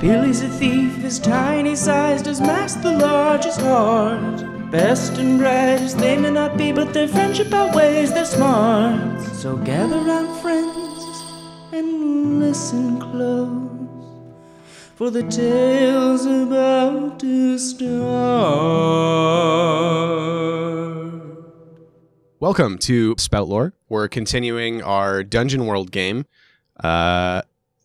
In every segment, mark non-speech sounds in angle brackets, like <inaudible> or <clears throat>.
Billy's a thief, his tiny size does mask the largest heart. Best and brightest they may not be, but their friendship outweighs their smarts. So gather round, friends, and listen close, for the tale's about to start. Welcome to Spout Lore. We're continuing our Dungeon World game. Uh,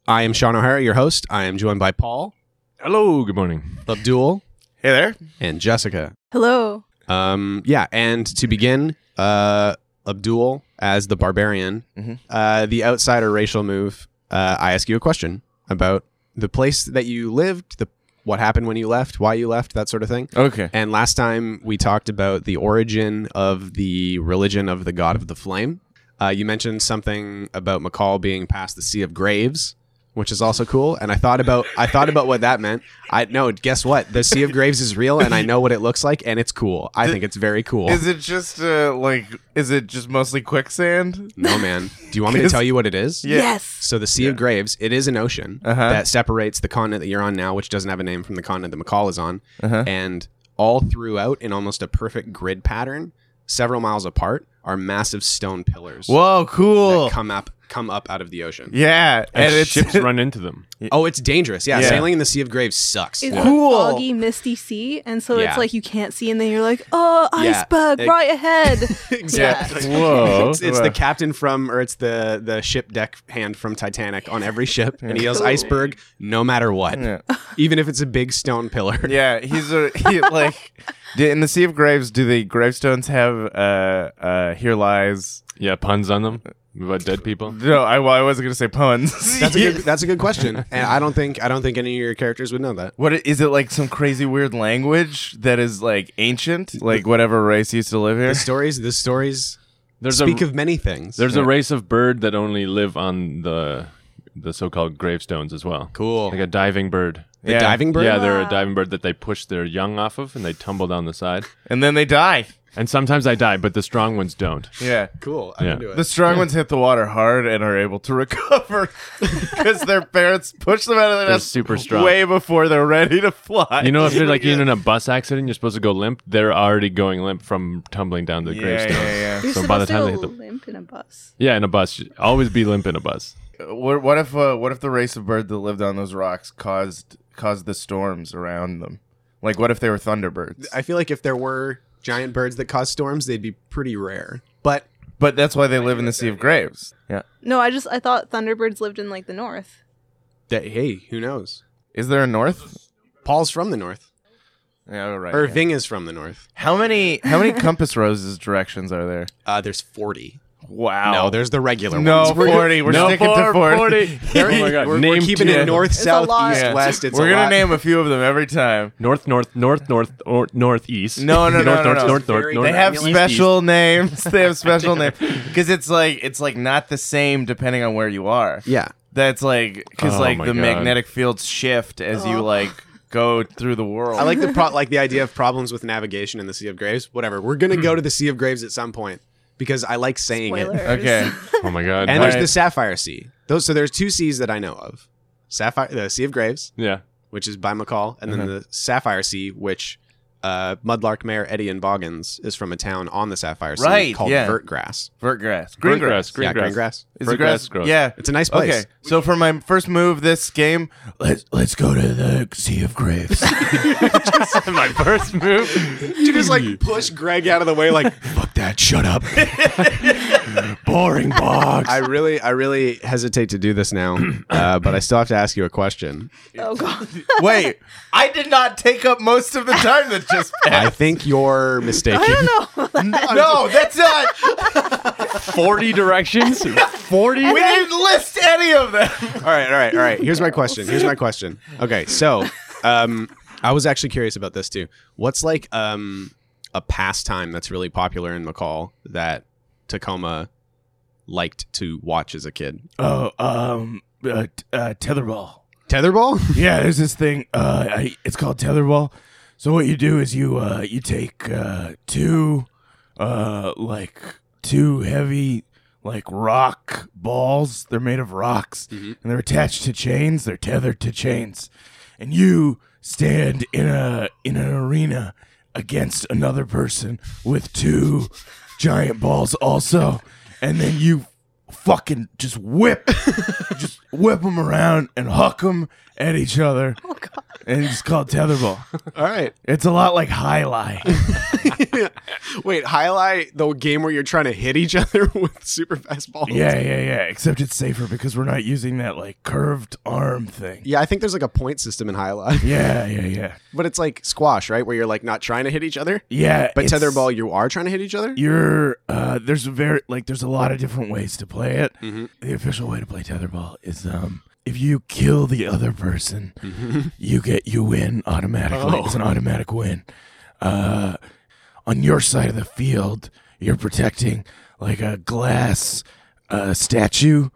I am Sean O'Hara, your host. I am joined by Paul, Hello, good morning. Abdul, Hey there. and Jessica. Hello. Um, yeah, and to begin, uh, Abdul as the barbarian, Mhm. uh, the outsider racial move. Uh, I ask you a question about the place that you lived, the what happened when you left, why you left, that sort of thing. Okay. And last time we talked about the origin of the religion of the god of the flame. Uh, you mentioned something about McCall being past the sea of graves, which is also cool. And I thought about I thought about what that meant. I no, guess what? The sea of graves is real, and I know what it looks like, and it's cool. I think it's very cool. Is it just uh, like? Is it just mostly quicksand? no man, do you want me to tell you what it is? Yeah. Yes. So the Sea of Graves, it is an ocean Uh-huh. that separates the continent that you're on now, which doesn't have a name, from the continent that McCall is on. Uh-huh. And all throughout, in almost a perfect grid pattern, several miles apart, are massive stone pillars Whoa, cool. that come up come up out of the ocean. <laughs> yeah, And, and it's <laughs> ships run into them. <laughs> Oh, it's dangerous. Yeah, Yeah. sailing in the Sea of Graves sucks. It's Yeah. Cool. a foggy, misty sea, and so Yeah. it's like you can't see, and then you're like, oh, Yeah. iceberg It- right ahead. <laughs> exactly. Whoa. It's, it's the captain from, or it's the the ship deck hand from Titanic on every ship, and he yells Cool. iceberg no matter what, Yeah. even if it's a big stone pillar. yeah, he's a he, <laughs> like do- in the Sea of Graves. Do the gravestones have uh uh here lies? Yeah, puns on them about dead people. No, I, well, I wasn't gonna say puns. <laughs> <laughs> That's a good, that's a good question, and I don't think I don't think any of your characters would know that. <laughs> What i- is it like? Some crazy weird language that is like ancient, like whatever race used to live here. The stories, the stories There's speak a of many things. there's a race of bird that only live on the the so-called gravestones as well. cool. Like a diving bird. the Yeah. diving bird. Yeah, they're a Wow. diving bird that they push their young off of and they tumble down the side. and then they die. And sometimes I die, but the strong ones don't. Yeah. cool. I'm Yeah. into it. The strong ones hit the water hard and are able to <laughs> recover because their parents push them out of the They're nest super strong. way before they're ready to fly. You know, if you're like even in a bus accident, you're supposed to go limp. They're already going limp from tumbling down the yeah, gravestones. yeah, You're So supposed by the to time go they hit the- limp in a bus. Yeah, in a bus, always be limp in a bus. yeah. What, what if uh, what if the race of bird that lived on those rocks caused caused the storms around them? Like, what if they were thunderbirds? I feel like if there were giant birds that cause storms, they'd be pretty rare. But but that's why they live in the Sea of Graves. Yeah. No, I just I thought thunderbirds lived in like the north. that, hey, who knows? Is there a north? Paul's from the north. Yeah, Oh, all right. Or yeah. Ving is from the north. How many how many compass roses directions are there? Uh, there's 40. Wow. Oh. No, there's the regular no ones. We're- forty. We're No, sticking to four- 40. Oh my god. We're, we're Name keeping two. it north, a south, lot. east, Yeah. west. It's We're a gonna lot. name a few of them every time. North, north, north, north, or <laughs> northeast. No, no, no, north, no, north, no. north, north, Very north. They have East, special <laughs> names. They have special names because it's like it's like not the same depending on where you are. Yeah. That's like because Oh like my the God. magnetic fields shift as you Oh. like go through the world. I like the pro- like the idea of problems with navigation in the Sea of Graves. Whatever. We're gonna go to the Sea of Graves at some point because I like saying Spoilers. it. Okay. <laughs> Oh my god. And All there's right. the Sapphire Sea. Those so there's two seas that I know of. Sapphire the Sea of Graves, yeah. which is by McCall, and then the Sapphire Sea, which uh, Mudlark Mayor Eddie and Boggins is from a town on the Sapphire Sea Right, called yeah. Vertgrass. Vertgrass, green grass, yeah, green grass. Is Vert the grass grass grows. Yeah. It's a nice place. Okay. So for my first move this game, let's let's go to the Sea <laughs> of Graves. <laughs> My first move. You just like push Greg out of the way, like <laughs> fuck that, shut <laughs> up. Boring box. I really, I really hesitate to do this now, <clears throat> uh, but I still have to ask you a question. <laughs> Oh god. Wait, I did not take up most of the time that just I think you're mistaken. <laughs> no, that's not. <laughs> 40 directions. 40. We didn't list any of them. all right, all right, all right. Here's my question. Here's my question. Okay, so um, I was actually curious about this too. What's like um a pastime that's really popular in McCall that Tacoma liked to watch as a kid? Oh, um, uh, t- uh, tetherball. Tetherball? Yeah, there's this thing. Uh, I, it's called tetherball. So what you do is you uh, you take uh, two uh, like two heavy like rock balls. They're made of rocks, and they're attached to chains. They're tethered to chains, and you stand in a in an arena against another person with two giant balls also, and then you fucking just <laughs> whip just whip them around and huck them at each other Oh god. and it's called tetherball <laughs> All right. it's a lot like high <laughs> lie Wait, highlight the game where you're trying to hit each <laughs> other with super fast balls. yeah yeah yeah except it's safer because we're not using that like curved arm thing Yeah, I think there's like a point system in highlight, <laughs> yeah yeah yeah but it's like squash, right? Where you're like not trying to hit each other, yeah but it's- tetherball you are trying to hit each other. you're uh there's a very like there's a lot of different ways to play it the official way to play tetherball is um if you kill the other person <laughs> you get you win automatically Oh. it's an automatic win uh on your side of the field you're protecting like a glass uh statue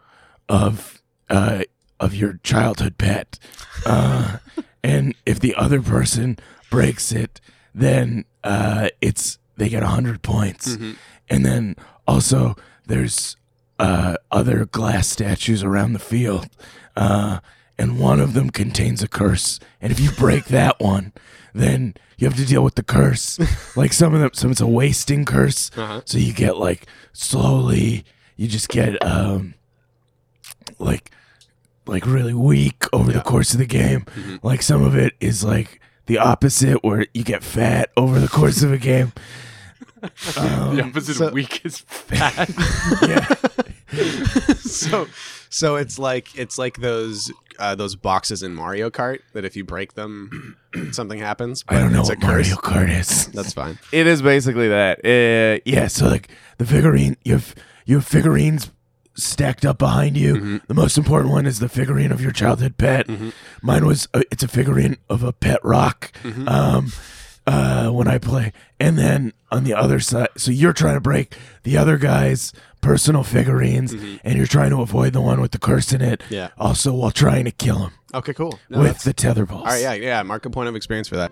of uh of your childhood pet uh and if the other person breaks it, then uh, it's they get hundred points, and then also there's uh, other glass statues around the field, uh, and one of them contains a curse, and if you break that one, then you have to deal with the curse. like some of them, some it's a wasting curse, so you get like slowly, you just get um, like like really weak over the course of the game. Like some of it is like the opposite where you get fat over the course of a game. the opposite so- of weak is fat. Yeah. <laughs> so so it's like it's like those uh, those boxes in Mario Kart that if you break them something happens. I don't know it's what Mario Kart is. That's fine. <laughs> It is basically that. Uh, yeah, so like the figurine, you have, you have figurines stacked up behind you. The most important one is the figurine of your childhood pet. Mine was, uh, it's a figurine of a pet rock um, uh, when I play. And then on the other side, so you're trying to break the other guy's personal figurines Mm-hmm. and you're trying to avoid the one with the curse in it. Yeah. Also while trying to kill him Okay, cool. No, with that's- the tether balls. all right, yeah, yeah. Mark a point of experience for that.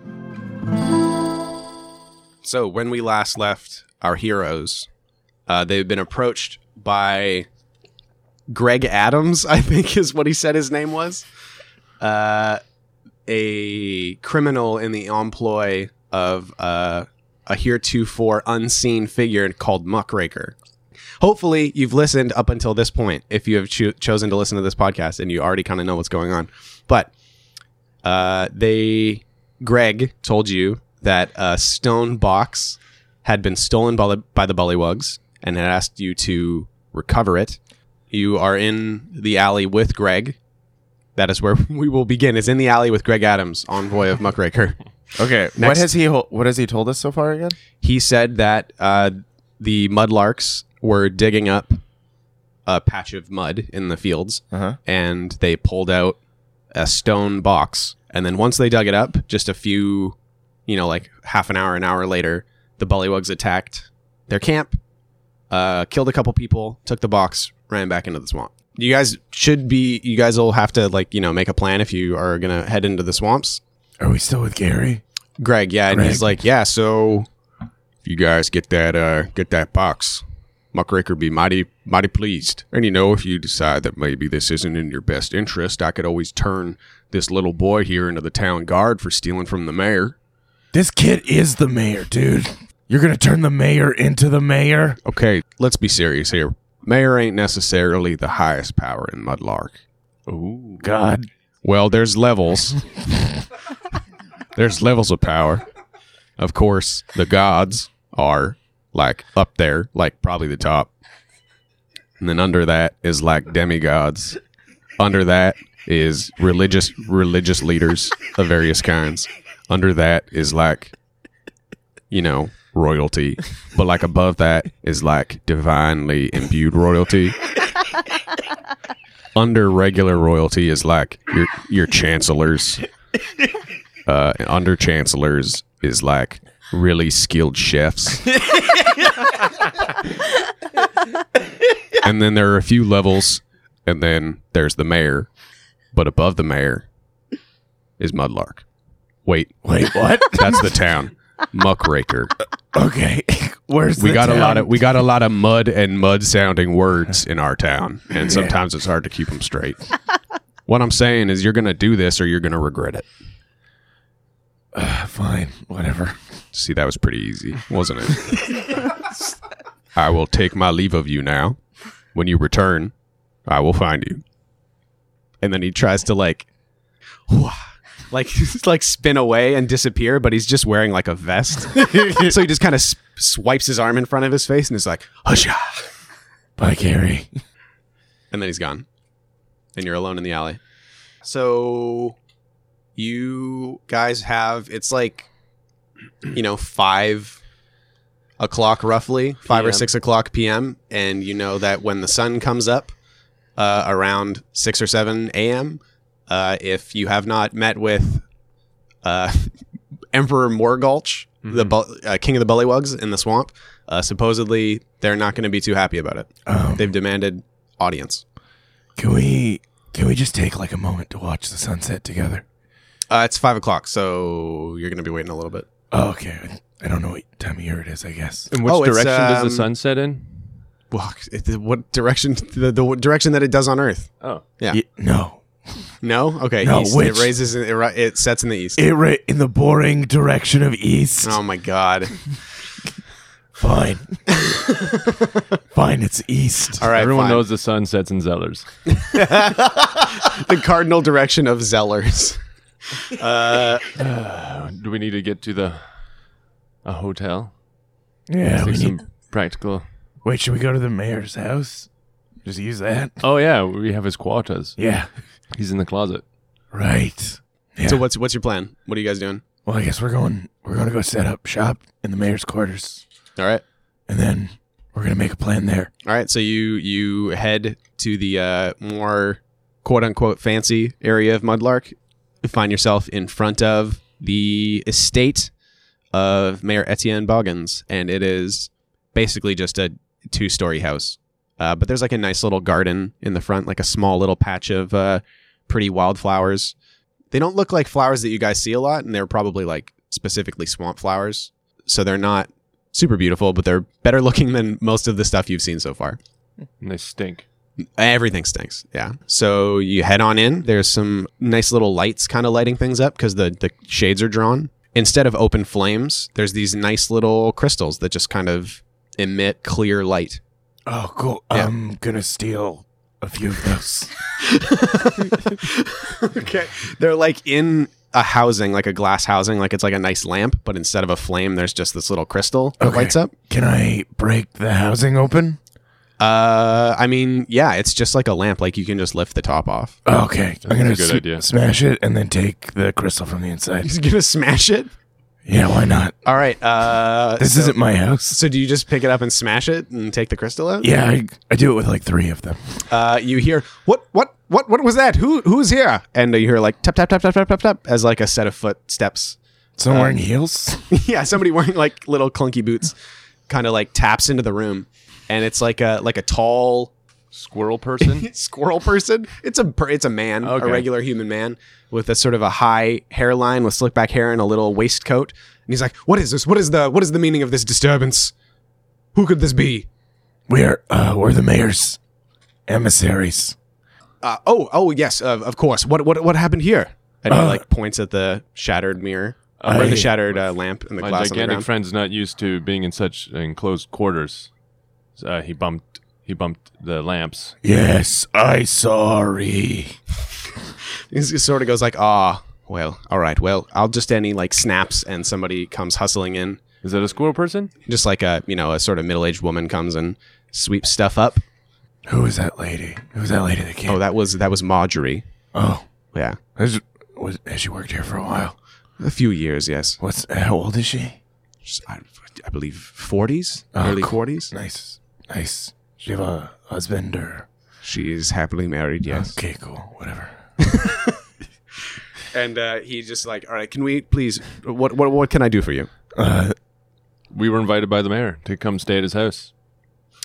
So when we last left our heroes, uh, they've been approached by Greg Adams, I think is what he said his name was, uh, a criminal in the employ of uh, a heretofore unseen figure called Muckraker. Hopefully, you've listened up until this point. If you have cho- chosen to listen to this podcast, and you already kind of know what's going on, but uh, they Greg told you that a stone box had been stolen by the, by the Bullywugs and had asked you to recover it. You are in the alley with Greg. That is where <laughs> we will begin. Is in the alley with Greg Adams, envoy of Muckraker. Okay. Next. has he what has he told us so far again? He said that uh, the mudlarks were digging up a patch of mud in the fields, Uh-huh. and they pulled out a stone box. And then once they dug it up, just a few, you know, like half an hour, an hour later, the Bullywugs attacked their camp, uh, killed a couple people, took the box, ran back into the swamp. You guys should be. You guys will have to like you know make a plan if you are gonna head into the swamps. Are we still with Gary? Greg, yeah, and he's Greg. like, yeah. So if you guys get that, uh, get that box, Muckraker be mighty, mighty pleased. And you know, if you decide that maybe this isn't in your best interest, I could always turn this little boy here into the town guard for stealing from the mayor. This kid is the mayor, dude. You're gonna turn the mayor into the mayor? Okay, let's be serious here. Mayor ain't necessarily the highest power in Mudlark. Ooh. God. Well, there's levels. there's levels of power. Of course, the gods are like up there, like probably the top. And then under that is like demigods. Under that is religious religious leaders of various kinds. Under that is like you know, royalty. But like above that is like divinely imbued royalty under regular royalty is like your your chancellors uh, under chancellors is like really skilled chefs. and then there are a few levels, and then there's the mayor, but above the mayor is Mudlark. Wait, <laughs> Wait, what? that's the town. Muckraker. okay, <laughs> where's We the got a lot town? of we got a lot of mud and mud sounding words in our town, <laughs> and sometimes it's hard to keep them straight. <laughs> what I'm saying is, you're gonna do this, or you're gonna regret it. Fine, whatever. See, that was pretty easy, wasn't it? <laughs> I will take my leave of you now. When you return, I will find you. And then he tries to like, like, <laughs> like spin away and disappear, but he's just wearing like a vest, <laughs> so he just kind of s- swipes his arm in front of his face and is like, "Hushah!" Bye, Carrie. And then he's gone, and you're alone in the alley. So, you guys have it's like, you know, five o'clock roughly, five or PM. six o'clock p.m. And you know that when the sun comes up uh, around six or seven a.m., uh, if you have not met with uh, <laughs> Emperor Morgulch, the bu- uh, king of the Bullywugs in the swamp, uh, supposedly they're not going to be too happy about it. Um, They've demanded audience. can we can we just take like a moment to watch the sunset together? Uh, it's five o'clock, so you're gonna be waiting a little bit. Oh, okay, I- I don't know what time of year it is. I guess. In which Oh, it's, direction does the um, sun set in? Well, <laughs> it- what direction? The, the direction that it does on Earth? Oh, Yeah. Y- no, No. Okay. No, east. which- It raises. It, ri- it sets in the east. it ra- in the boring direction of east. oh my god. Fine, <laughs> fine. It's east. All right. everyone fine. knows the sun sets in Zellers. the cardinal direction of Zellers. Do we need to get to the a hotel? Yeah. We Take need- some practical. wait, should we go to the mayor's house? Just use that. Oh yeah, we have his quarters. Yeah. He's in the closet. Right. Yeah. So what's what's your plan? What are you guys doing? Well, I guess we're going. We're going to go set up shop in the mayor's quarters, All right. and then we're going to make a plan there. All right. So you you head to the uh, more quote unquote fancy area of Mudlark. You find yourself in front of the estate of Mayor Etienne Boggins, and it is basically just a two story house. Uh, but there's like a nice little garden in the front, like a small little patch of uh, pretty wildflowers. They don't look like flowers that you guys see a lot, and they're probably like specifically swamp flowers. So they're not super beautiful, but they're better looking than most of the stuff you've seen so far. And they stink. Everything stinks. Yeah. So you head on in. There's some nice little lights kind of lighting things up because the, the shades are drawn. Instead of open flames, there's these nice little crystals that just kind of emit clear light. Oh, cool. Yeah. I'm gonna steal a few of those. okay. They're like in a housing, like a glass housing, like it's like a nice lamp, but instead of a flame, there's just this little crystal that Okay. lights up. Can I break the housing open? Uh, I mean, yeah, it's just like a lamp. Like you can just lift the top off. <laughs> Okay, I'm gonna a good sm- idea. smash it and then take the crystal from the <laughs> inside. He's gonna smash it. Yeah, why not? All right. Uh, This isn't my house. So do you just pick it up and smash it and take the crystal out? Yeah, I, I do it with like three of them. Uh, you hear what what what what was that? Who who's here? And you hear like tap tap tap tap tap tap tap as like a set of footsteps. Uh, Someone wearing heels. <laughs> yeah, somebody wearing like little clunky boots, kind of like taps into the room, and it's like a like a tall <laughs> Squirrel person. squirrel person. It's a per- it's a man, a Okay. regular human man with a sort of a high hairline with slick back hair and a little waistcoat. And he's like, "What is this? What is the what is the meaning of this disturbance? Who could this be?" We're uh, we're the mayor's emissaries. uh, oh, oh yes, of, of course. What what what happened here? And he Uh, like points at the shattered mirror or the I- shattered uh, lamp and <laughs> the My glass on the gigantic ground. friend's not used to being in such enclosed quarters. So, Uh, he bumped. He bumped the lamps. Yes, I sorry. he sort of goes like, ah, well, all right, well, I'll just any like snaps and somebody comes hustling in, Is that a squirrel person? just like a you know a sort of middle aged woman comes and sweeps stuff up. Who was that lady? Who was that lady that came? Oh, that was that was Marjorie. oh Yeah, Has, was, has she worked here for a while? a few years, yes. What's how old is she? Just, I, I believe forties, Ah, early cool. forties. Nice, nice. She have a husband or She is happily married, yes. okay, cool, whatever. and uh, he just like, all right, can we please? What what what can I do for you? Uh, We were invited by the mayor to come stay at his house.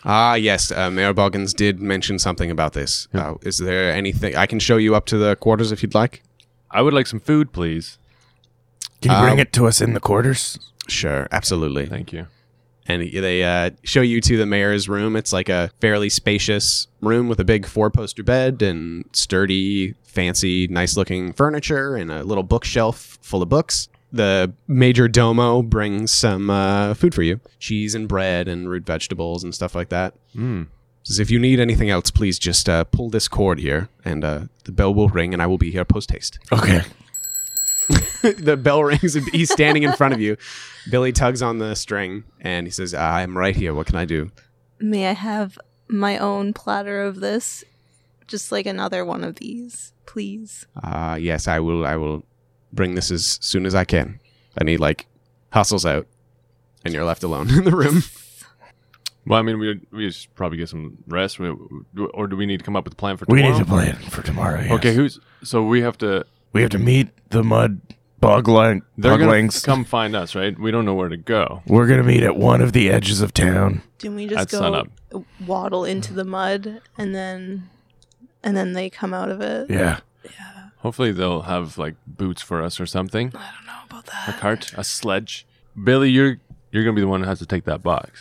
Ah, yes. Uh, Mayor Boggins did mention something about this. Uh, is there anything I can show you up to the quarters if you'd like? I would like some food, please. Can you Uh, bring it to us in the quarters? Sure, absolutely. Thank you. and they uh, show you to the mayor's room. It's like a fairly spacious room with a big four-poster bed and sturdy, fancy, nice-looking furniture and a little bookshelf full of books. The major domo brings some uh, food for you: cheese and bread and root vegetables and stuff like that. Says if you need anything else, please just uh, pull this cord here, and uh, the bell will ring, and I will be here post haste. Okay. the bell rings and he's standing in front of you. Billy tugs on the string and he says, "I'm right here. What can I do?" May I have my own platter of this? Just like another one of these, please. Uh, yes, I will. I will bring this as soon as I can. And he like hustles out, and you're left alone <laughs> in the room. Well, I mean, we we should probably get some rest, we, or do we need to come up with a plan for We tomorrow? need to plan for tomorrow. yes. Okay, who's so we have to. We have to meet the mud boglang. They're gonna boglings. <laughs> come find us, right? We don't know where to go. We're gonna meet at one of the edges of town. Didn't we I'd just sign go up. waddle into the mud and then and then they come out of it? Yeah. Hopefully, they'll have like boots for us or something, I don't know about a that. cart, a sledge. Billy, you're you're gonna be the one who has to take that box.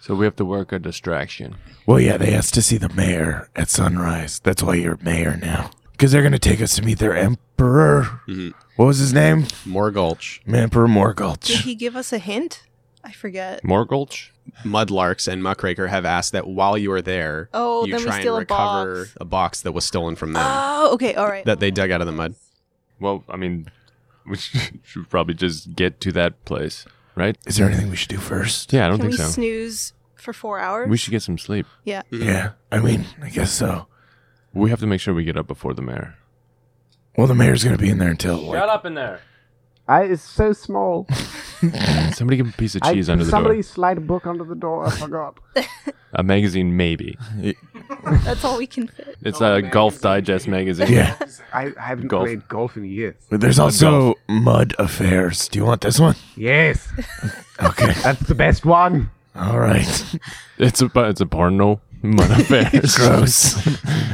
So we have to work a distraction. Well, yeah, they asked to see the mayor at sunrise. That's why you're mayor now. Because they're gonna take us to meet their emperor. What was his name? More gulch, Emperor Did Morgulch. he give us a hint? I forget. Morgulch? mudlarks, and muckraker have asked that while you are there, Oh, you then we try and steal a recover box. a box that was stolen from them Oh, okay, all right. that they dug out of the mud. Well, I mean, <laughs> we should should probably just get to that place, right? Is there anything we should do first? Yeah, I don't Can think we so. snooze for four hours? we should get some sleep. yeah. Yeah. I mean, I guess so. We have to make sure we get up before the mayor. Well, the mayor's gonna be in there until like, up in there. I is so small. <laughs> Somebody give a piece of cheese I, under the somebody door. slide a book under the door. I forgot. A magazine, maybe. That's all we can fit. It's a Golf Digest magazine. <laughs> yeah. I, I haven't Golf. played golf in years. But there's also mud affairs. Do you want this one? Yes, Okay. that's the best one. All right. It's a it's a porno. <laughs> Mud <laughs> affairs. Gross.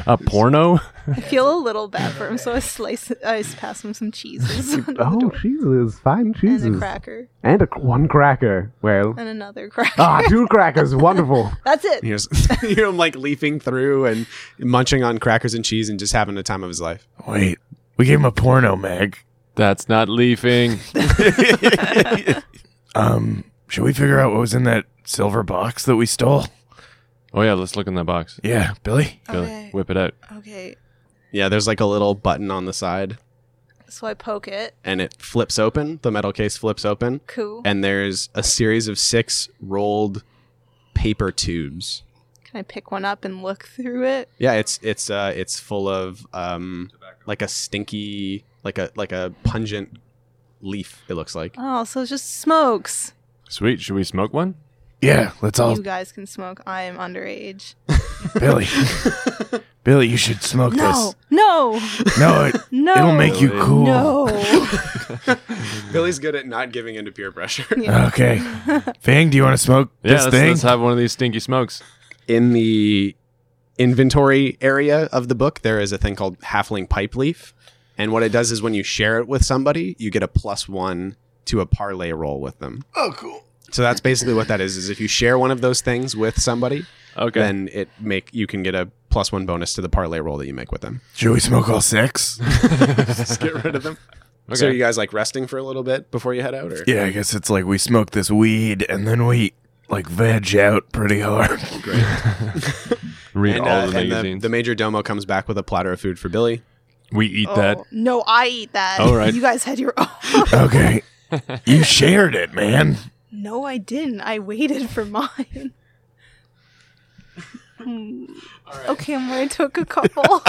a porno. I feel a little bad for him, so I slice, I just pass him some cheeses under the Oh, door. Jesus, fine Jesus. and a cracker And a cr- one cracker. <laughs> Well, and another cracker. ah, two crackers, wonderful. <laughs> That's <laughs> it. Here's <laughs> you hear him like leafing through and munching on crackers and cheese and just having the time of his life. Wait. We gave him a porno mag. That's not leafing. Um, should we figure out what was in that silver box that we stole? Oh yeah, let's look in that box. Yeah, Billy. Billy, Okay. Whip it out. Okay, Yeah, there's like a little button on the side, so I poke it. and it flips open. The metal case flips open, Cool. and there's a series of six rolled paper tubes. Can I pick one up and look through it? Yeah, it's it's uh it's full of um like a stinky like a like a pungent leaf. It looks like Oh, so it's just smokes. Sweet. Should we smoke one? Yeah, let's Oh. all You guys can smoke. I am underage. Billy. Billy, you should smoke No, no, this. No, it, no. it'll make you Billy. cool. No. <laughs> Billy's good at not giving into peer pressure. Okay. Fang, do you want to smoke Yeah. this let's, thing? let's have one of these stinky smokes. In the inventory area of the book, there is a thing called halfling pipe leaf, and what it does is when you share it with somebody, you get a plus one to a parlay roll with them. Oh, cool. So that's basically what that is. Is if you share one of those things with somebody, Okay. then it make you can get a plus one bonus to the parlay roll that you make with them. Should we smoke all six? Just get rid of them. okay. So you guys like resting for a little bit before you head out, or yeah, I guess it's like we smoke this weed and then we like veg out pretty hard. Read And, all uh, the and magazines. the major domo comes back with a platter of food for <laughs> Billy. we eat Oh, that. No, I eat that. All right. You guys had your <laughs> own. Okay. <laughs> you shared it, man. No, I didn't. I waited for <laughs> mine. Hmm. Okay, I'm gonna took a <laughs> couple.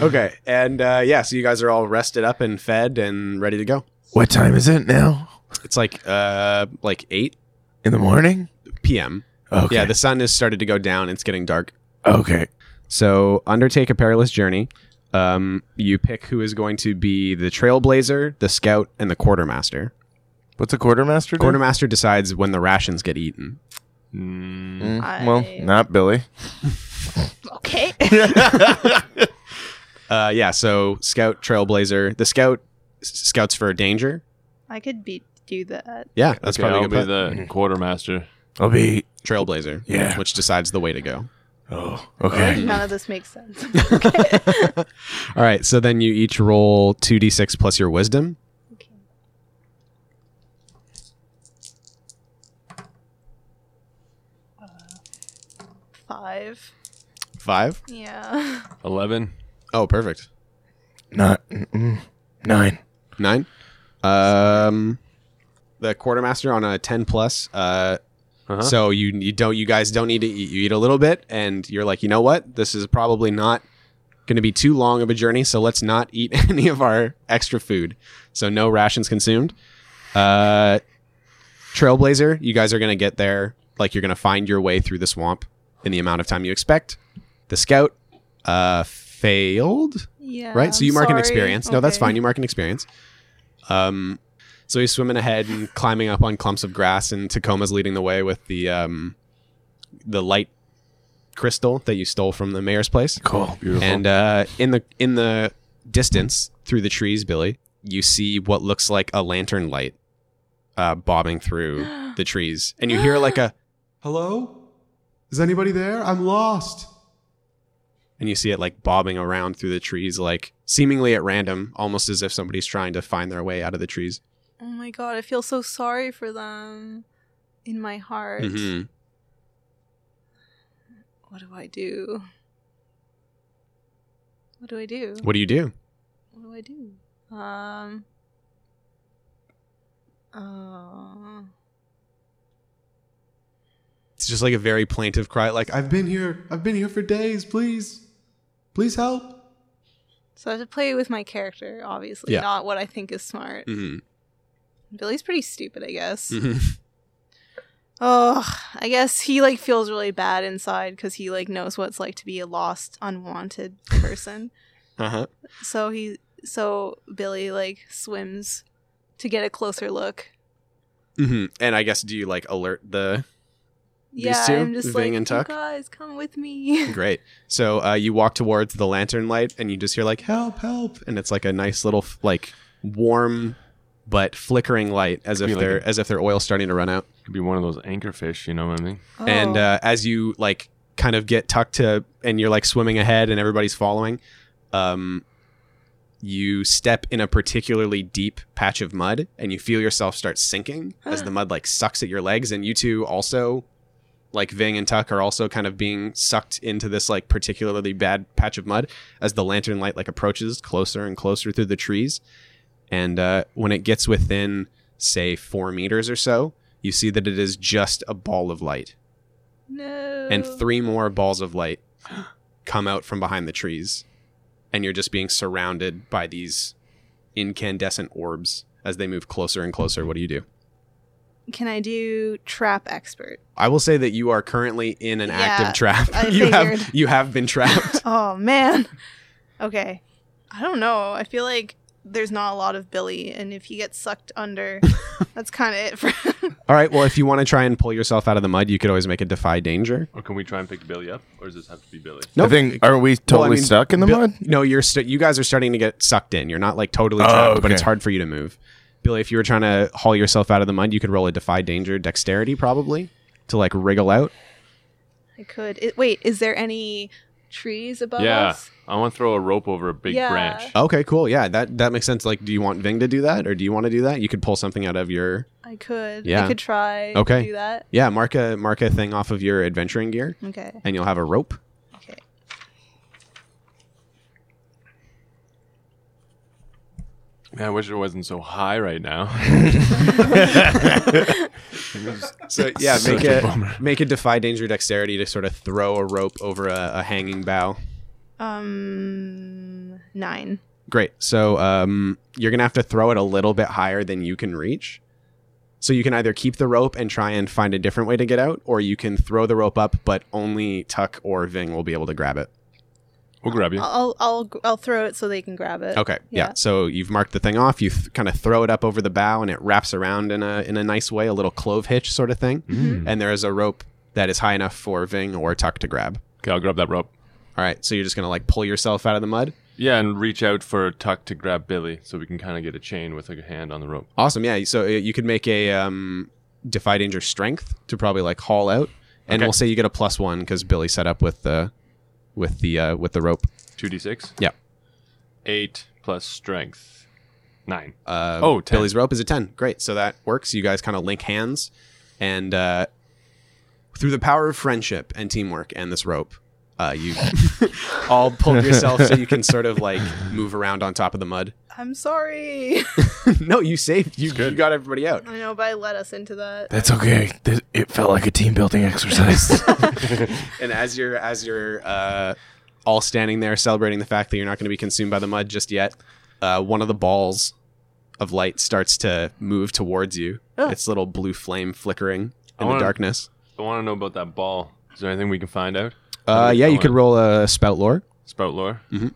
Okay, and uh, yeah, so you guys are all rested up and fed and ready to go. What time is it now? It's like uh like eight In the morning? p.m. Okay. Yeah, the sun has started to go down. It's getting dark. okay. So undertake a perilous journey. Um, you pick who is going to be the trailblazer, the scout, and the quartermaster. What's a quartermaster? do? Quartermaster decides when the rations get eaten. Mm, well, I- not Billy. Okay. Uh, yeah, so scout, trailblazer. The scout s- scouts for danger. I could be do that. Yeah, that's okay, probably I'll a good be put. the quartermaster. I'll be. trailblazer. Yeah. which decides the way to go. Oh, okay. None of this makes sense. All right, so then you each roll two d six plus your wisdom. Okay. <laughs> Five. Five. Yeah. Eleven. Oh, perfect. Not mm, nine. Nine. Um, the quartermaster on a ten plus. Uh, Uh-huh. so you you don't you guys don't need to eat. You eat a little bit, and you're like, you know what? This is probably not going to be too long of a journey. So let's not eat <laughs> any of our extra food. So no rations consumed. Uh, Trailblazer, you guys are going to get there. Like you're going to find your way through the swamp in the amount of time you expect. The scout uh, failed Yeah. right? So you I'm mark an sorry. experience. No, that's Okay. fine. You mark an experience. Um, so he's swimming ahead and climbing up on clumps of grass, and Tacoma's leading the way with the um, the light crystal that you stole from the mayor's place. Cool. Beautiful. And uh, in the in the distance, through the trees, Billy, you see what looks like a lantern light uh, bobbing <gasps> through the trees, and you hear like a Hello? Is anybody there? I'm lost. and you see it like bobbing around through the trees, like seemingly at random, almost as if somebody's trying to find their way out of the trees. Oh my god, I feel so sorry for them in my heart. Mhm. What do I do? What do I do? What do you do? What do I do? Um. Uh, It's just like a very plaintive cry, like I I've been here. I've been here for days. Please. Please help. so I have to play with my character, obviously, Yeah. not what I think is smart. Mhm. Billy's pretty stupid, I guess. Mhm. Oh, I guess he like feels really bad inside because he like knows what it's like to be a lost, unwanted <laughs> person. uh-huh. so he, so Billy like swims to get a closer look. hmm And I guess do you like alert the <laughs> These yeah, two, I'm just Ving like, and "You Tuck?" guys, come with me. great? So uh, you walk towards the lantern light, and you just hear like help, help, and it's like a nice little f- like warm but flickering light, as be if like they're a- as if their oil's starting to run out. Could be one of those anchor fish, you know what I mean? And <laughs> Oh. uh, as you like kind of get tucked to, and you're like swimming ahead, and everybody's following. Um, you step in a particularly deep patch of mud, and you feel yourself start sinking as the mud like sucks at your legs, and you two also, like Ving and Tuck, are also kind of being sucked into this like particularly bad patch of mud as the lantern light like approaches closer and closer through the trees, and uh, when it gets within say four meters or so. You see that it is just a ball of light no. and three more balls of light come out from behind the trees and you're just being surrounded by these incandescent orbs as they move closer and closer what do you do Can I do trap expert? i will say that you are currently in an Yeah, active trap <laughs> I you have figured. you have been <laughs> trapped Oh man. Okay. I don't know. I feel like there's not a lot of Billy, and if he gets sucked <laughs> under, that's kind of it for him. all right well if you want to try and pull yourself out of the mud you could always make a defy danger Or can we try and pick Billy up? Or does this have to be Billy? I think. Are we totally Well, I mean, stuck in the Bill- mud? no you're st- you guys are starting to get sucked in you're not like totally Oh, trapped but okay. it's hard for you to move billy if you were trying to haul yourself out of the mud you could roll a defy danger dexterity probably to like wriggle out I could. It, wait, is there any trees above yeah. us? I want to throw a rope over a big Yeah. branch. Okay, cool. Yeah, that that makes sense. Like, do you want Ving to do that, or do you want to do that? You could pull something out of your I could. Yeah. I could try Okay. to do that. yeah, mark a mark a thing off of your adventuring gear, Okay. and you'll have a rope. Okay. Man, I wish it wasn't so high right now. <laughs> <laughs> So yeah, Such make a a make a defy danger dexterity to sort of throw a rope over a, a hanging bough. Um, nine. Great. So um, you're gonna have to throw it a little bit higher than you can reach. So you can either keep the rope and try and find a different way to get out, or you can throw the rope up, but only Tuck or Ving will be able to grab it. We'll grab you. I'll I'll I'll throw it so they can grab it. Okay, yeah. So you've marked the thing off. You th- kind of throw it up over the bow, and it wraps around in a in a nice way, a little clove hitch sort of thing. And there is a rope that is high enough for Ving or Tuck to grab. Okay, I'll grab that rope. All right, so you're just gonna like pull yourself out of the mud. Yeah, and reach out for Tuck to grab Billy so we can kind of get a chain with a hand on the rope. Awesome, yeah. So uh, you could make a um, defy danger strength to probably like haul out, and Okay. we'll say you get a plus one because Billy set up with the with the uh, with the rope. 2d6. Yeah. 8 plus strength. 9. Uh, Oh, 10. Billy's rope is a 10. Great. So that works. You guys kind of link hands. And uh, through the power of friendship and teamwork and this rope, uh, <laughs> you all pulled yourself so you <laughs> can sort of like move around on top of the mud. I'm sorry. <laughs> <laughs> no, you saved. You, you got everybody out. I know, but I let us into that. That's okay. Th- It felt like a team building exercise. And as you're as you're uh, all standing there celebrating the fact that you're not going to be consumed by the mud just yet, uh, one of the balls of light starts to move towards you. Its little blue flame flickering I in the wanna- darkness. I want to know about that ball. Is there anything we can find out? Uh, yeah, you Go could on. roll a spout lore. Spout lore. Mhm.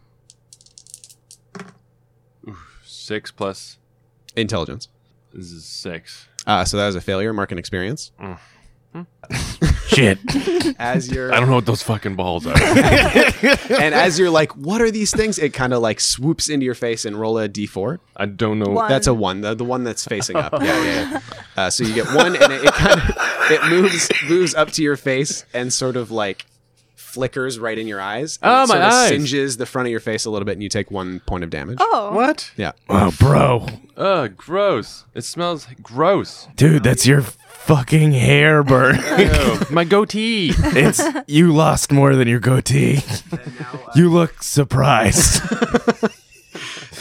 Oof, 6 plus. Intelligence. This is 6. Uh, so that was a failure. Mark an experience. <laughs> Shit. As you're Mm. <laughs> I don't know what those fucking balls are. and as you're like, what are these things? It kind of like swoops into your face and roll a d4. <laughs> I don't know. One. That's a one. The, the one that's facing <laughs> up. Yeah, yeah. yeah. Uh, so you get one, and it, it kind of it moves moves up to your face and sort of like flickers right in your eyes. and Oh, it my sort of eyes. Singes the front of your face a little bit, and you take one point of damage. Oh, What? Yeah. Oh, bro. Ugh, gross. It smells gross. Dude, that's your fucking hair burn. <laughs> my goatee. it's you lost more than your goatee. you look surprised.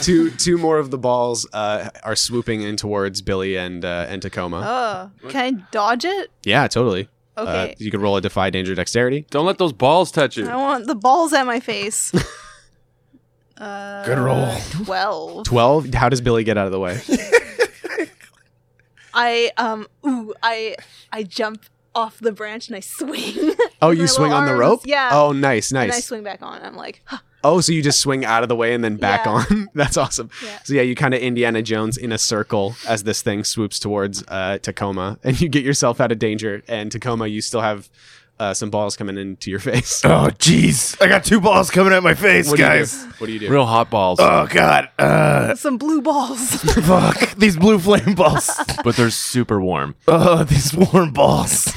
Two two more of the balls uh, are swooping in towards Billy and uh, and Tacoma. Oh, can I dodge it? Yeah, totally. Uh, Okay. you could roll a defy danger dexterity. Don't let those balls touch you. I want the balls at <laughs> my face. Uh, Good roll. Twelve. 12 how does billy get out of the <laughs> way I um. Ooh, I I jump off the branch and I swing. <laughs> oh With my you swing little on the arms, rope yeah. oh nice And I nice swing back on. I'm like, huh, oh so you just swing out of the way and then back Yeah. on <laughs> that's awesome Yeah. so yeah you kind of indiana jones in a circle as this thing swoops towards uh, tacoma and you get yourself out of danger and tacoma you still have uh, some balls coming into your <laughs> face oh, jeez. I got two balls coming at my face, what guys. do you do what do you <laughs> do Real hot balls. Oh, God. Uh, some blue balls. <laughs> fuck. These blue flame balls. but they're super <laughs> warm. <laughs> Oh, these warm balls.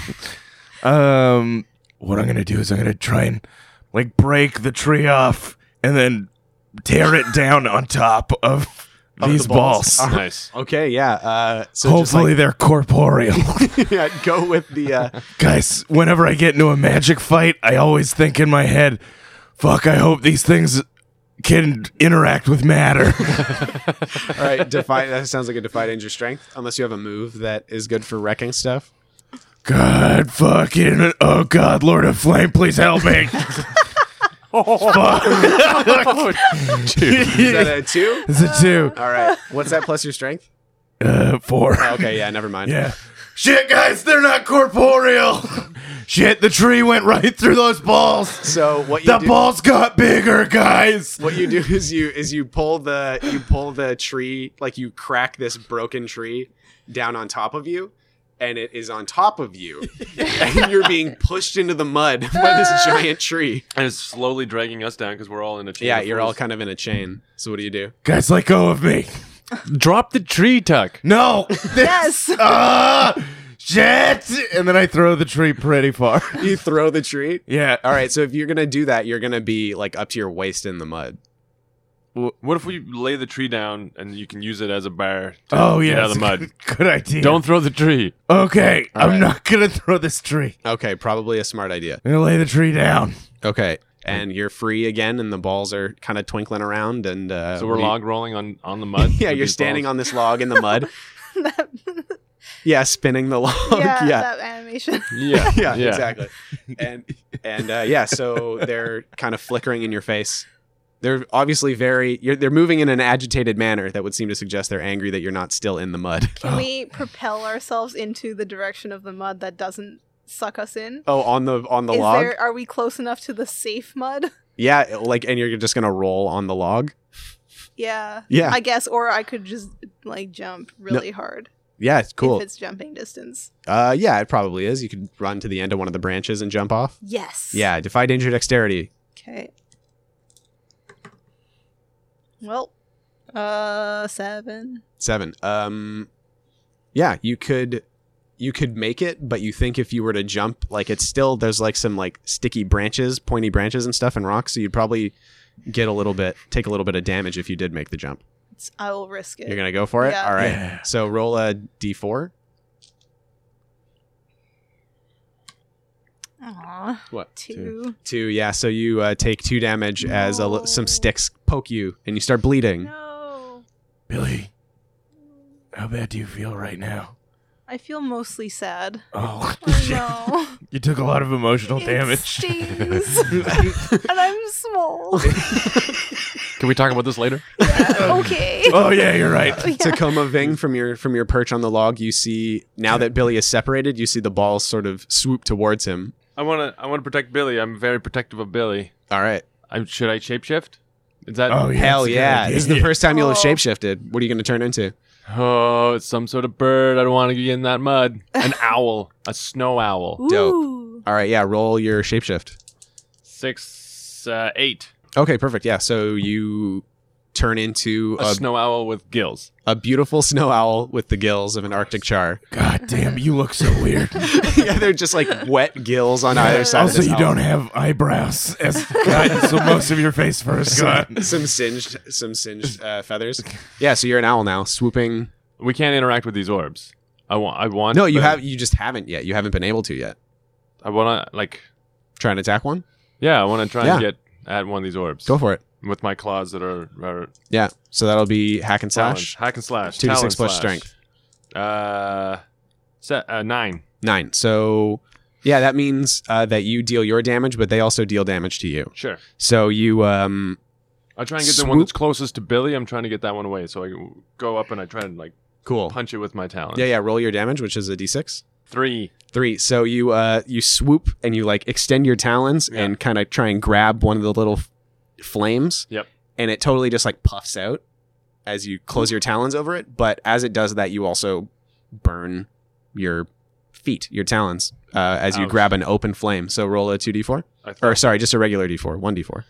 Um, what I'm gonna do is I'm gonna try and like break the tree off and then tear it down on top of, Of these the balls. balls. <laughs> Nice. okay yeah uh, so just, Hopefully they're corporeal. <laughs> like, <laughs> yeah, go with the uh, Guys, whenever I get into a magic fight, I always think in my head, fuck, I hope these things can interact with matter. <laughs> all <laughs> right defy that sounds like a defy danger strength unless you have a move that is good for wrecking <laughs> stuff God fucking oh God, Lord of Flame, please help <laughs> me. Fuck. is that a two It's a two. all right what's that plus your strength <laughs> Oh, Uh, four. okay yeah never mind Yeah. <laughs> Shit, guys, they're not corporeal. <laughs> Shit, the tree went right through those balls. So what you The do, balls got bigger, guys. what you do is you is you pull the you pull the tree like you crack this broken tree down on top of you and it is on top of <laughs> you and you're being pushed into the mud by this giant tree. And it's slowly dragging us down because we're all in a chain. Yeah, of you're all force. kind of in a chain. So what do you do? Guys, let go of me. Drop the tree, Tuck. <laughs> No. yes. Ah, shit. And then I throw the tree pretty far. You throw the tree. <laughs> Yeah. All right, so if you're going to do that, you're going to be like up to your waist in the mud. What if we lay the tree down and you can use it as a bar? To Oh get yeah. out of the mud. <laughs> Good, good idea. Don't throw the tree. Okay, I'm right. not gonna throw this tree. Okay, probably a smart idea. I'm gonna lay the tree down. Okay. And you're free again and the balls are kind of twinkling around and uh So we're we- log rolling on on the mud. <laughs> Yeah, you're standing on this log in the <laughs> mud. <laughs> That- Yeah, spinning the log. <laughs> yeah, yeah. That animation. on. Yeah, <laughs> yeah, exactly. And and uh, yeah, so they're kind of flickering in your face. They're obviously very. You're, they're moving in an agitated manner that would seem to suggest they're angry that you're not still in the mud. <laughs> Can we propel ourselves into the direction of the mud that doesn't suck us in? Oh, on the on the Is log. there? Are we close enough to the safe mud? <laughs> Yeah, like, and you're just gonna roll on the log. Yeah. Yeah. I guess, or I could just like jump really hard Yeah, it's cool. if it's jumping distance. uh, yeah, it probably is. You could run to the end of one of the branches and jump off. Yes. Yeah, defy danger dexterity. Okay. Well, uh, seven. Seven. Um, yeah, you could, you could make it, but you think if you were to jump, like it's still there's like some like sticky branches, pointy branches and stuff and rocks, so you'd probably get a little bit, take a little bit of damage if you did make the jump. It's, I will risk it. You're gonna go for it. Yeah. All right. Yeah. So roll a d4. Aw, What? two. Two. Yeah. So you uh, take two damage as a, li- some No. sticks poke you, and you start bleeding. No. Billy, how bad do you feel right now? I feel <laughs> mostly sad. Oh, <laughs> Oh, shit. no. You took a lot of emotional It <laughs> damage. stings. and I'm small. Can we talk about this later? okay. Oh yeah, you're <laughs> right. <laughs> Tacoma Ving from your from your perch on the log, you see now that Billy is separated, you see the balls sort of swoop towards him. I want to. I want to protect Billy. I'm very protective of Billy. All right. I, should I shapeshift? Is that? Oh yeah, Hell that's a good yeah. idea. This is the first time you'll have Oh. shapeshifted. What are you going to turn into? Oh, it's some sort of bird. I don't want to be in that mud. <laughs> An owl, a snow owl. Dope. Ooh. All right, yeah, roll your shapeshift. Six, uh, eight. Okay, perfect. Yeah, so you turn into A a, snow owl with gills. a beautiful snow owl with the gills of an arctic <laughs> char. God damn, you look so weird. yeah, they're just like wet gills on either side. also, of this you owl. don't have eyebrows. As God, so most of your face fur is gone. some singed some singed uh, feathers. Yeah, so you're an owl now, swooping. We can't interact with these orbs. I want. I want. No, you but have you just haven't yet. You haven't been able to yet. I want to like. Try and attack one. Yeah, I want to try and Yeah. get at one of these orbs Go for it. with my claws that are, are Yeah. So that'll be hack and talons. slash. hack and slash, Two to talon six plus slash. strength. Uh, set, uh, nine. Nine. So yeah, that means uh, that you deal your damage, but they also deal damage to you. Sure. So you um I try and get the one Swoop. that's closest to Billy. I'm trying to get that one away, so I go up and I try and like cool. punch it with my talon. Yeah, yeah. Roll your damage, which is a d6. Three. Three. So you uh you swoop and you like extend your talons Yeah. and kind of try and grab one of the little f- flames. Yep. And it totally just like puffs out as you close your talons over it. But as it does that, you also burn your feet, your talons, uh, as you Ouch. grab an open flame. So roll a two d4, I thought, or sorry, just a regular d4, one d4.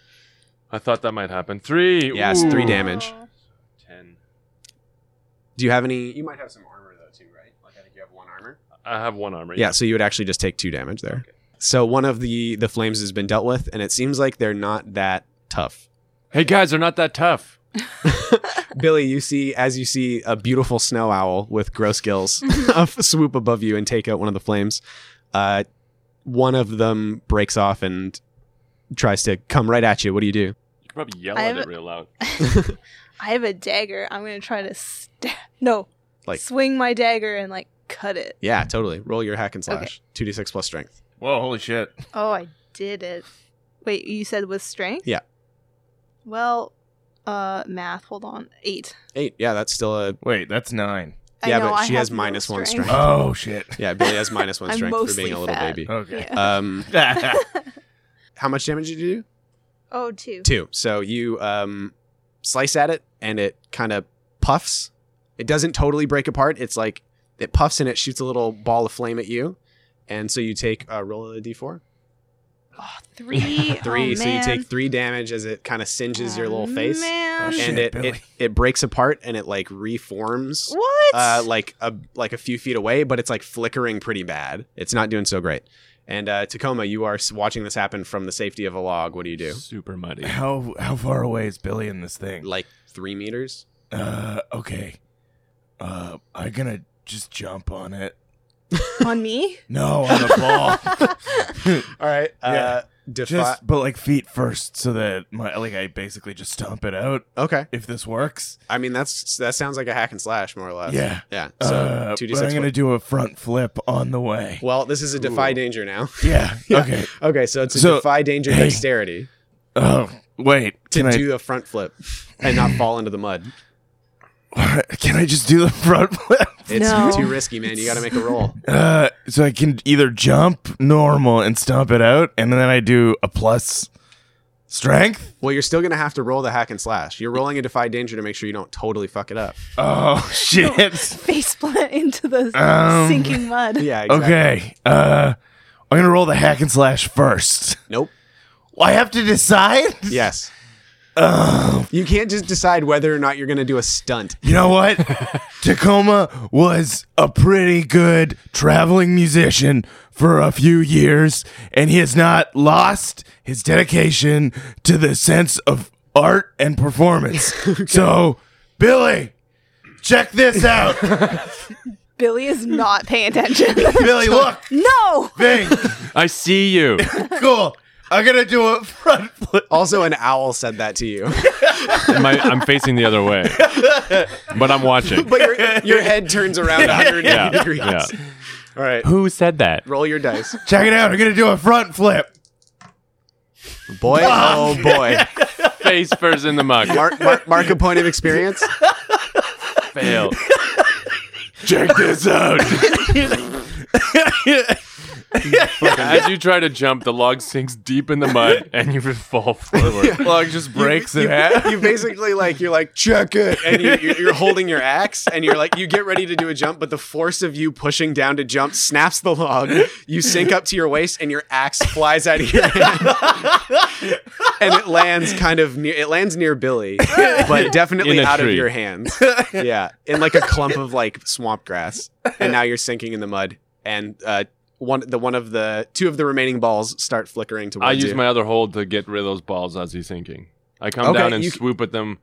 I thought that might happen. Three. Yes, Ooh. three damage. Oh. Ten. Do you have any? You might have some armor though too, right? Like I think you have one armor. I have one armor. Yeah, so you would actually just take two damage there. So one of the the flames has been dealt with, and it seems like they're not that tough. Hey guys, they're not that tough. Billy, you see as you see a beautiful snow owl with gross gills <laughs> swoop above you and take out one of the flames. Uh, one of them breaks off and tries to come right at you. What do you do? You could probably yell I at have- it real loud. <laughs> <laughs> I have a dagger. I'm gonna try to st- no, Like- like swing my dagger and like cut it. Yeah, totally. Roll your hack and slash. Two d six plus strength. Whoa, holy shit! Oh, I did it. Wait, you said with strength? Yeah. Well, uh, math. Hold on, eight. Eight. Yeah, that's still a. Wait, that's nine. Yeah, I know but I she have has no minus one strength. Oh shit. Yeah, Billy has minus one I'm strength for mostly being a little fat. baby. Oh, Okay. <laughs> Yeah. Um, <laughs> how much damage did you do? <laughs> oh, two. two. So you um, slice at it, and it kind of puffs. It doesn't totally break apart. It's like it puffs and it shoots a little ball of flame at you, and so you take a roll of the d4, Oh, three. <laughs> three. Oh, so you man. take three damage as it kind of singes your Oh, little face, man. Oh, shit. and it, it Billy. it breaks apart and it like reforms. What? Uh, like a like a few feet away, but it's like flickering pretty bad. It's not doing so great. And uh, Tacoma, you are s- watching this happen from the safety of a log. What do you do? <laughs> Super muddy. How how far away is Billy in this thing? Like three meters. Uh, okay. Uh, I'm gonna just jump on it. <laughs> on me? No, on the ball. <laughs> All right. Uh, defi- just but like feet first, so that my like I basically just stomp it out. okay. If this works, I mean, that's that sounds like a hack and slash, more or less. yeah. Yeah. So Uh, two d but I'm six. gonna do a front flip on the way. Well, this is a defy danger now. <laughs> Yeah. Yeah. Okay. Okay, so it's a So- defy danger Hey. dexterity Oh wait. to Can I do a front flip and not fall into the mud. <laughs> can I just do the front flip? It's No. too risky, man. You got to make a roll. Uh, so I can either jump normal and stomp it out, and then I do a plus Strength? Well, you're still gonna have to roll the hack and slash. You're rolling a defy danger to make sure you don't totally fuck it up. Oh <laughs> <laughs> shit. Face plant into the <laughs> Um, sinking mud. Yeah. Exactly. okay. Uh I'm gonna roll the hack and slash first. Nope. Well, I have to <laughs> decide? Yes. you can't just decide whether or not you're gonna do a stunt. You know <laughs> what? Tacoma was a pretty good traveling musician for a few years, and he has not lost his dedication to the sense of art <laughs> and performance. So, Billy, check <laughs> this out. Billy is not paying attention. <laughs> Billy, look, no! thing, I see you. cool. I'm gonna do a front flip. Also, an owl said that to <laughs> you, <laughs> My, I'm facing the other way, but I'm watching. but your, your head turns around 180 Yeah, degrees. yeah. All right, Who said that? roll your dice, <laughs> Check it out. I'm gonna do a front flip. boy. Oh <laughs> boy. <laughs> Face first in the mug. Mark, mark, mark a point of experience. Fail. Check this out. <laughs> As you try to jump, the log sinks deep in the mud, and you just fall forward. Log just breaks in half. <laughs> You basically like you're like check it, and you, you're, you're holding your axe, and you're like you get ready to do a jump, but the force of you pushing down to jump snaps the log. You sink up to your waist, and your axe flies out of your hand, and it lands kind of near. It lands near Billy, but definitely In a out of tree. your hands. Yeah, in like a clump of like swamp grass, and now you're sinking in the mud, and uh, one the one of the two of the remaining balls start flickering towards I use you. my other hold to get rid of those balls as he's sinking. I come Okay, down and you c- swoop at them,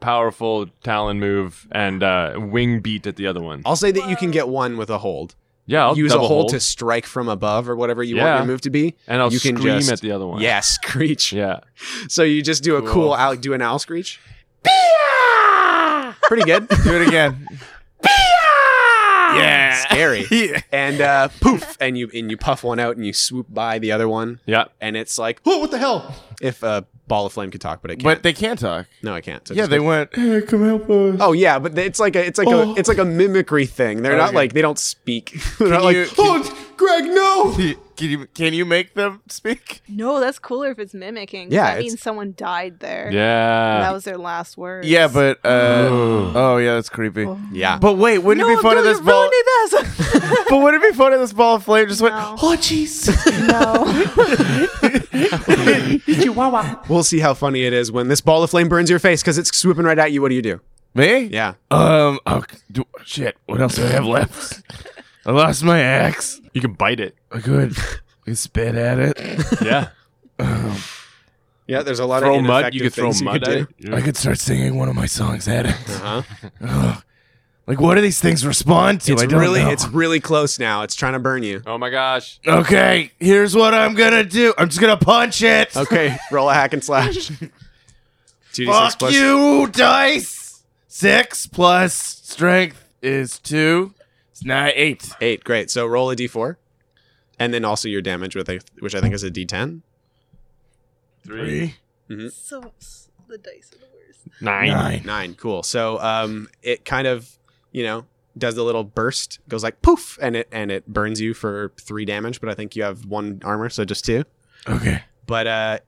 powerful talon move and uh, wing beat at the other one. I'll say that you can get one with a hold. yeah, I'll use a double hold, to strike from above or whatever you want Yeah. your move to be. and I'll you scream can just- at the other one. Yeah, screech. yeah. So you just do a cool, Cool. owl, do an owl screech. Pretty good. Do it <laughs> again. yeah. Scary. Yeah. And uh, poof, and you and you puff one out and you swoop by the other one, Yeah, and it's like Oh, what the hell? if a ball of flame could talk, but it can't. But they can't talk. no, it can't. So Yeah, just they go- went. <laughs> Hey, come help us. Oh yeah, but it's like a it's like a it's like a mimicry thing. They're not like they don't speak. <laughs> They're not you- like Oh, it's- Greg, no! <laughs> Can you can you make them speak? No, that's cooler if it's mimicking. 'cause Yeah, That it's- means someone died there. yeah. That was their last word. Yeah, but uh, oh yeah, that's creepy. yeah. But wait, wouldn't it be fun if this ball? this. <laughs> But wouldn't it be fun if this ball of flame just went? No. Oh <laughs> jeez! no. We'll see how funny it is when this ball of flame burns your face because it's swooping right at you. What do you do? Me? Yeah. Um. Oh, do, shit. What else do I have <laughs> left? I lost my axe. you can bite it. I <laughs> could. I could spit at it. Yeah. Yeah, there's a lot throw of mud. You can could throw mud at it. I could start singing one of my songs at it. <laughs> Uh-huh. Like, what do these things respond to? It's I don't really, know. it's really close now. It's trying to burn you. Oh my gosh. okay. Here's what I'm gonna do. I'm just gonna punch it. <laughs> Okay, roll a hack and slash. 2d6 Fuck you, dice. Six plus strength is two. It's not eight. Eight, great. So roll a d4, and then also your damage with a, which I think is a d10. Three, so s- the dice are the worst. Nine. nine. Nine, cool. So um, it kind of, you know, does the little burst, goes like poof, and it and it burns you for three damage. But I think you have one armor, so just two. Okay. But uh,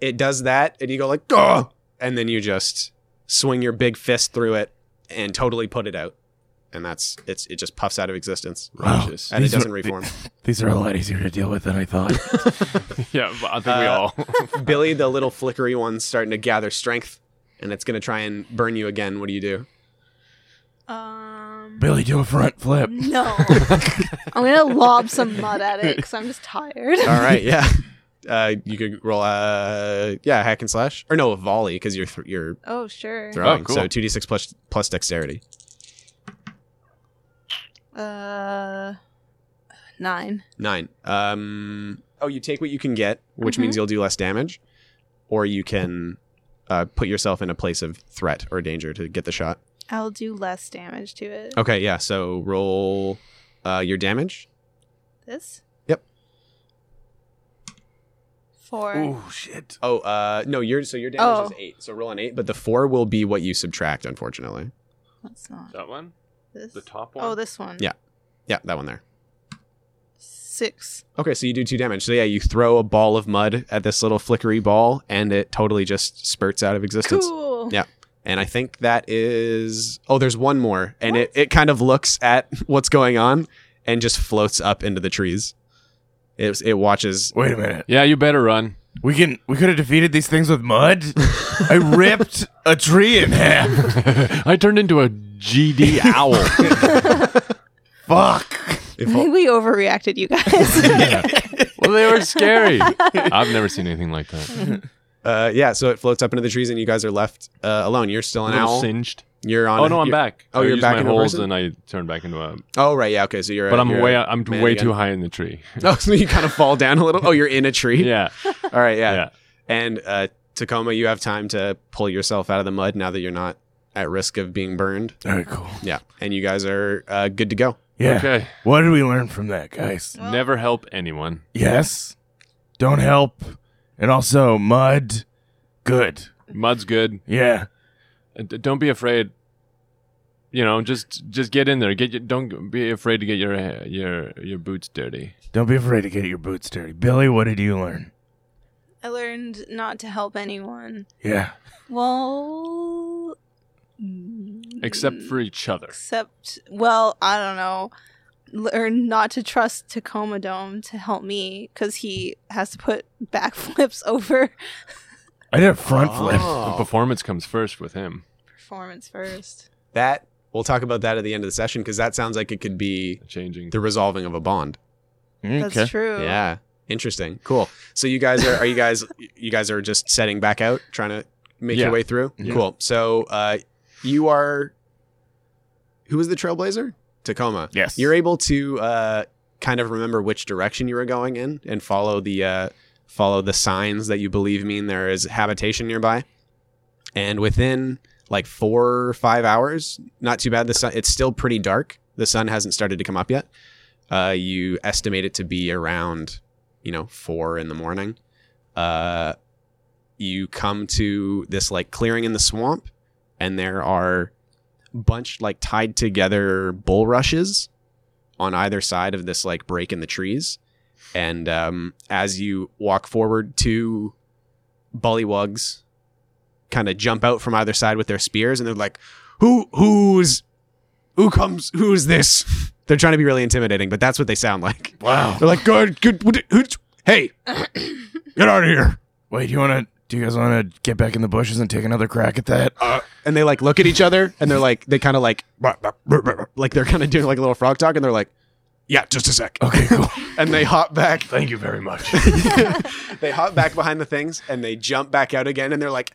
it does that, and you go like, oh, and then you just swing your big fist through it and totally put it out, and that's it's it just puffs out of existence, Wow. Righteous. and it These doesn't are- reform. These are a lot easier to deal with than I thought. <laughs> <laughs> Yeah, but I think we all. Billy, the little flickery one's starting to gather strength, and it's gonna try and burn you again. What do you do? Um. Billy, do a front flip. <laughs> No. I'm gonna lob some mud at it because I'm just <laughs> tired. All right, yeah. <laughs> Uh, you could roll, uh, yeah, hack and slash, or no, a volley because you're th- you're Oh sure. throwing. cool. So two d six plus plus dexterity. Uh, nine. Nine. Um, oh, you take what you can get, which means you'll do less damage, or you can uh, put yourself in a place of threat or danger to get the shot. I'll do less damage to it. Okay, yeah. So roll uh, your damage. This. Yep. Four. Oh shit. Oh, uh, no, your so your damage is Oh. eight. So roll an eight, but the four will be what you subtract, unfortunately. That's not that one? this. The top one? Oh, this one. Yeah. Yeah, that one there. six. Okay, so you do two damage. So yeah, you throw a ball of mud at this little flickery ball, and it totally just spurts out of existence. Cool. Yeah. And I think that is oh, there's one more. And it, it kind of looks at <laughs> what's going on and just floats up into the trees. It it watches Wait a minute. Yeah, you better run. <laughs> We can we could have defeated these things with mud. I ripped a tree in <laughs> half. I turned into a GD owl. Fuck. I think <laughs> we overreacted, you <laughs> guys. well, they were scary. I've never seen anything like that. uh yeah, so it floats up into the trees and you guys are left uh, alone. You're still A an little owl. singed. You're on Oh a- no, I'm you're- back. oh, I you're used back my into a holes, person? and I turned back into a. Oh right, yeah, okay. So you're But I'm you're way. I'm man way again. too high in the tree. Oh, <laughs> so you kind of fall down a little. Oh, you're in a tree. yeah, All right, yeah. yeah. And uh, Tacoma, you have time to pull yourself out of the mud now that you're not at risk of being burned. All right, cool. Yeah. And you guys are uh, good to go. Yeah. Okay. What did we learn from that, guys? <laughs> Well- Never help anyone. Yes. Don't help. And also mud. Good. Mud's good. Yeah. Uh, d- Don't be afraid. You know, just just get in there. Get your, don't be afraid to get your uh, your your boots dirty. Don't be afraid to get your boots dirty. Billy, what did you learn? I learned not to help anyone. Yeah. Well, mm, Except for each other. except well, I don't know. Learn not to trust Tacoma Dome to help me because he has to put backflips <laughs> over I did a front flip. The performance comes first with him. performance first. That we'll talk about that at the end of the session because that sounds like it could be Changing. the resolving of a bond. That's true. Yeah. Interesting. Cool. So you guys are are you guys you guys are just setting back out trying to make Yeah. your way through? Yeah. Cool. So uh you are who was the trailblazer? Tacoma. Yes. You're able to uh kind of remember which direction you were going in and follow the uh follow the signs that you believe mean there is habitation nearby. And within like 4 or 5 hours, not too bad the sun it's still pretty dark. The sun hasn't started to come up yet. Uh, you estimate it to be around, you know, four in the morning. Uh, you come to this like clearing in the swamp, and there are bunched like tied together bulrushes on either side of this like break in the trees. And um, as you walk forward, two bullywugs kind of jump out from either side with their spears, and they're like, "Who? Who's? Who comes? Who's this?" <laughs> They're trying to be really intimidating, but that's what they sound like. Wow. They're like, "Good, good. what- who's- Hey, get out of here!" Wait, you wanna do you guys wanna get back in the bushes and take another crack at that? Oh, and they like look at each other and they're like they kind of like like they're kind of doing like a little frog talk and they're like yeah just a sec Okay, cool. <laughs> and they hop back Thank you very much. <laughs> they hop back behind the things and they jump back out again and they're like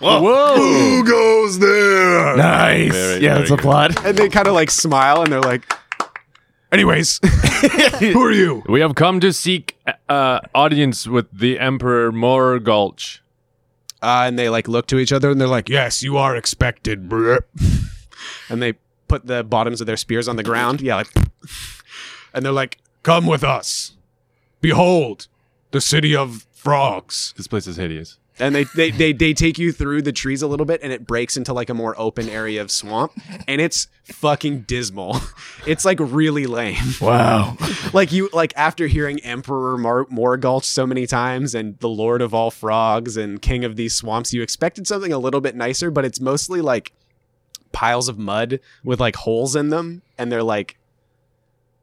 Whoa! goes there nice. Very, yeah, very that's a good. plot. and they kind of like smile and they're like anyways <laughs> who are you We have come to seek uh, audience with the Emperor Morgulch. uh, and they like look to each other and they're like yes you are expected <laughs> bruh." and they put the bottoms of their spears on the ground yeah like and they're like Come with us. Behold, the city of frogs. This place is hideous. and they, they they they take you through the trees a little bit and it breaks into like a more open area of swamp and it's fucking dismal <laughs> it's like really lame <laughs> Wow. like you like after hearing emperor Mar- morgulch so many times and the lord of all frogs and king of these swamps you expected something a little bit nicer but it's mostly like piles of mud with like holes in them and they're like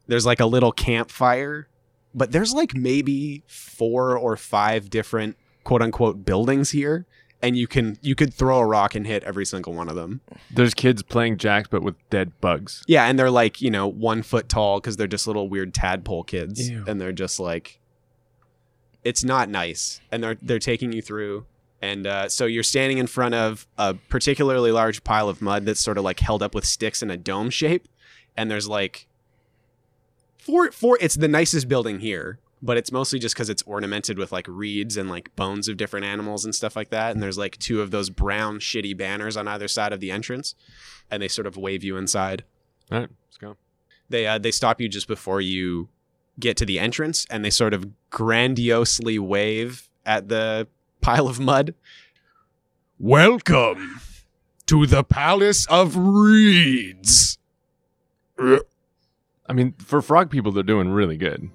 there's like a little campfire but there's like maybe four or five different quote unquote buildings here and you can you could throw a rock and hit every single one of them There's kids playing jacks, but with dead bugs. yeah, and they're like, you know, one foot tall because they're just little weird tadpole kids, Ew. and they're just like, it's not nice. And they're they're taking you through, and uh, so you're standing in front of a particularly large pile of mud that's sort of like held up with sticks in a dome shape, and there's like, four four. It's the nicest building here, but it's mostly just because it's ornamented with like reeds and like bones of different animals and stuff like that. And there's like two of those brown shitty banners on either side of the entrance, and they sort of wave you inside All right, let's go. they uh, they stop you just before you get to the entrance and they sort of grandiosely wave at the pile of mud Welcome to the Palace of Reeds. I mean, for frog people, they're doing really good.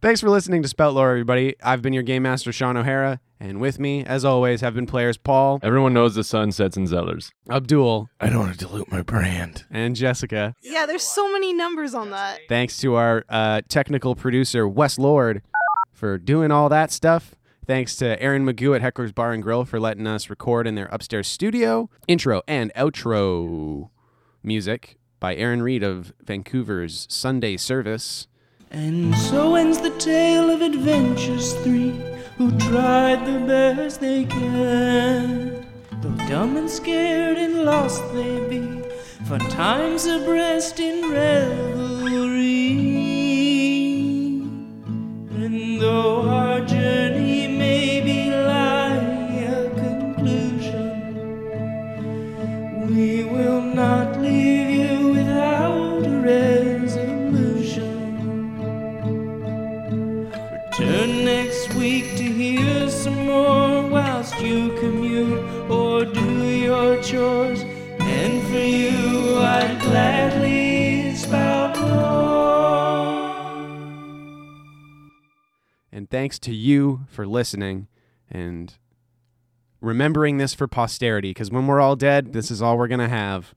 Thanks for listening to Spout Lore, everybody. I've been your game master, Sean O'Hara, and with me, as always, have been players Paul, Everyone knows the sun sets in Zellers. Abdul, I don't want to dilute my brand. and Jessica. Yeah, there's so many numbers on that. Thanks to our uh, technical producer, Wes Lord, for doing all that stuff. Thanks to Aaron Magoo at Heckler's Bar and Grill for letting us record in their upstairs studio. Intro and outro music by Aaron Reed of Vancouver's Sunday Service. And so ends the tale of adventures three who tried the best they can. Though dumb and scared and lost they be, for time's abreast in revelry. And though our journey may be lie a conclusion, we will not leave you without a resolution. Return next week to hear some more whilst you commute or do your chores. And for you, I'd gladly spout more. And thanks to you for listening and remembering this for posterity, because when we're all dead, this is all we're going to have.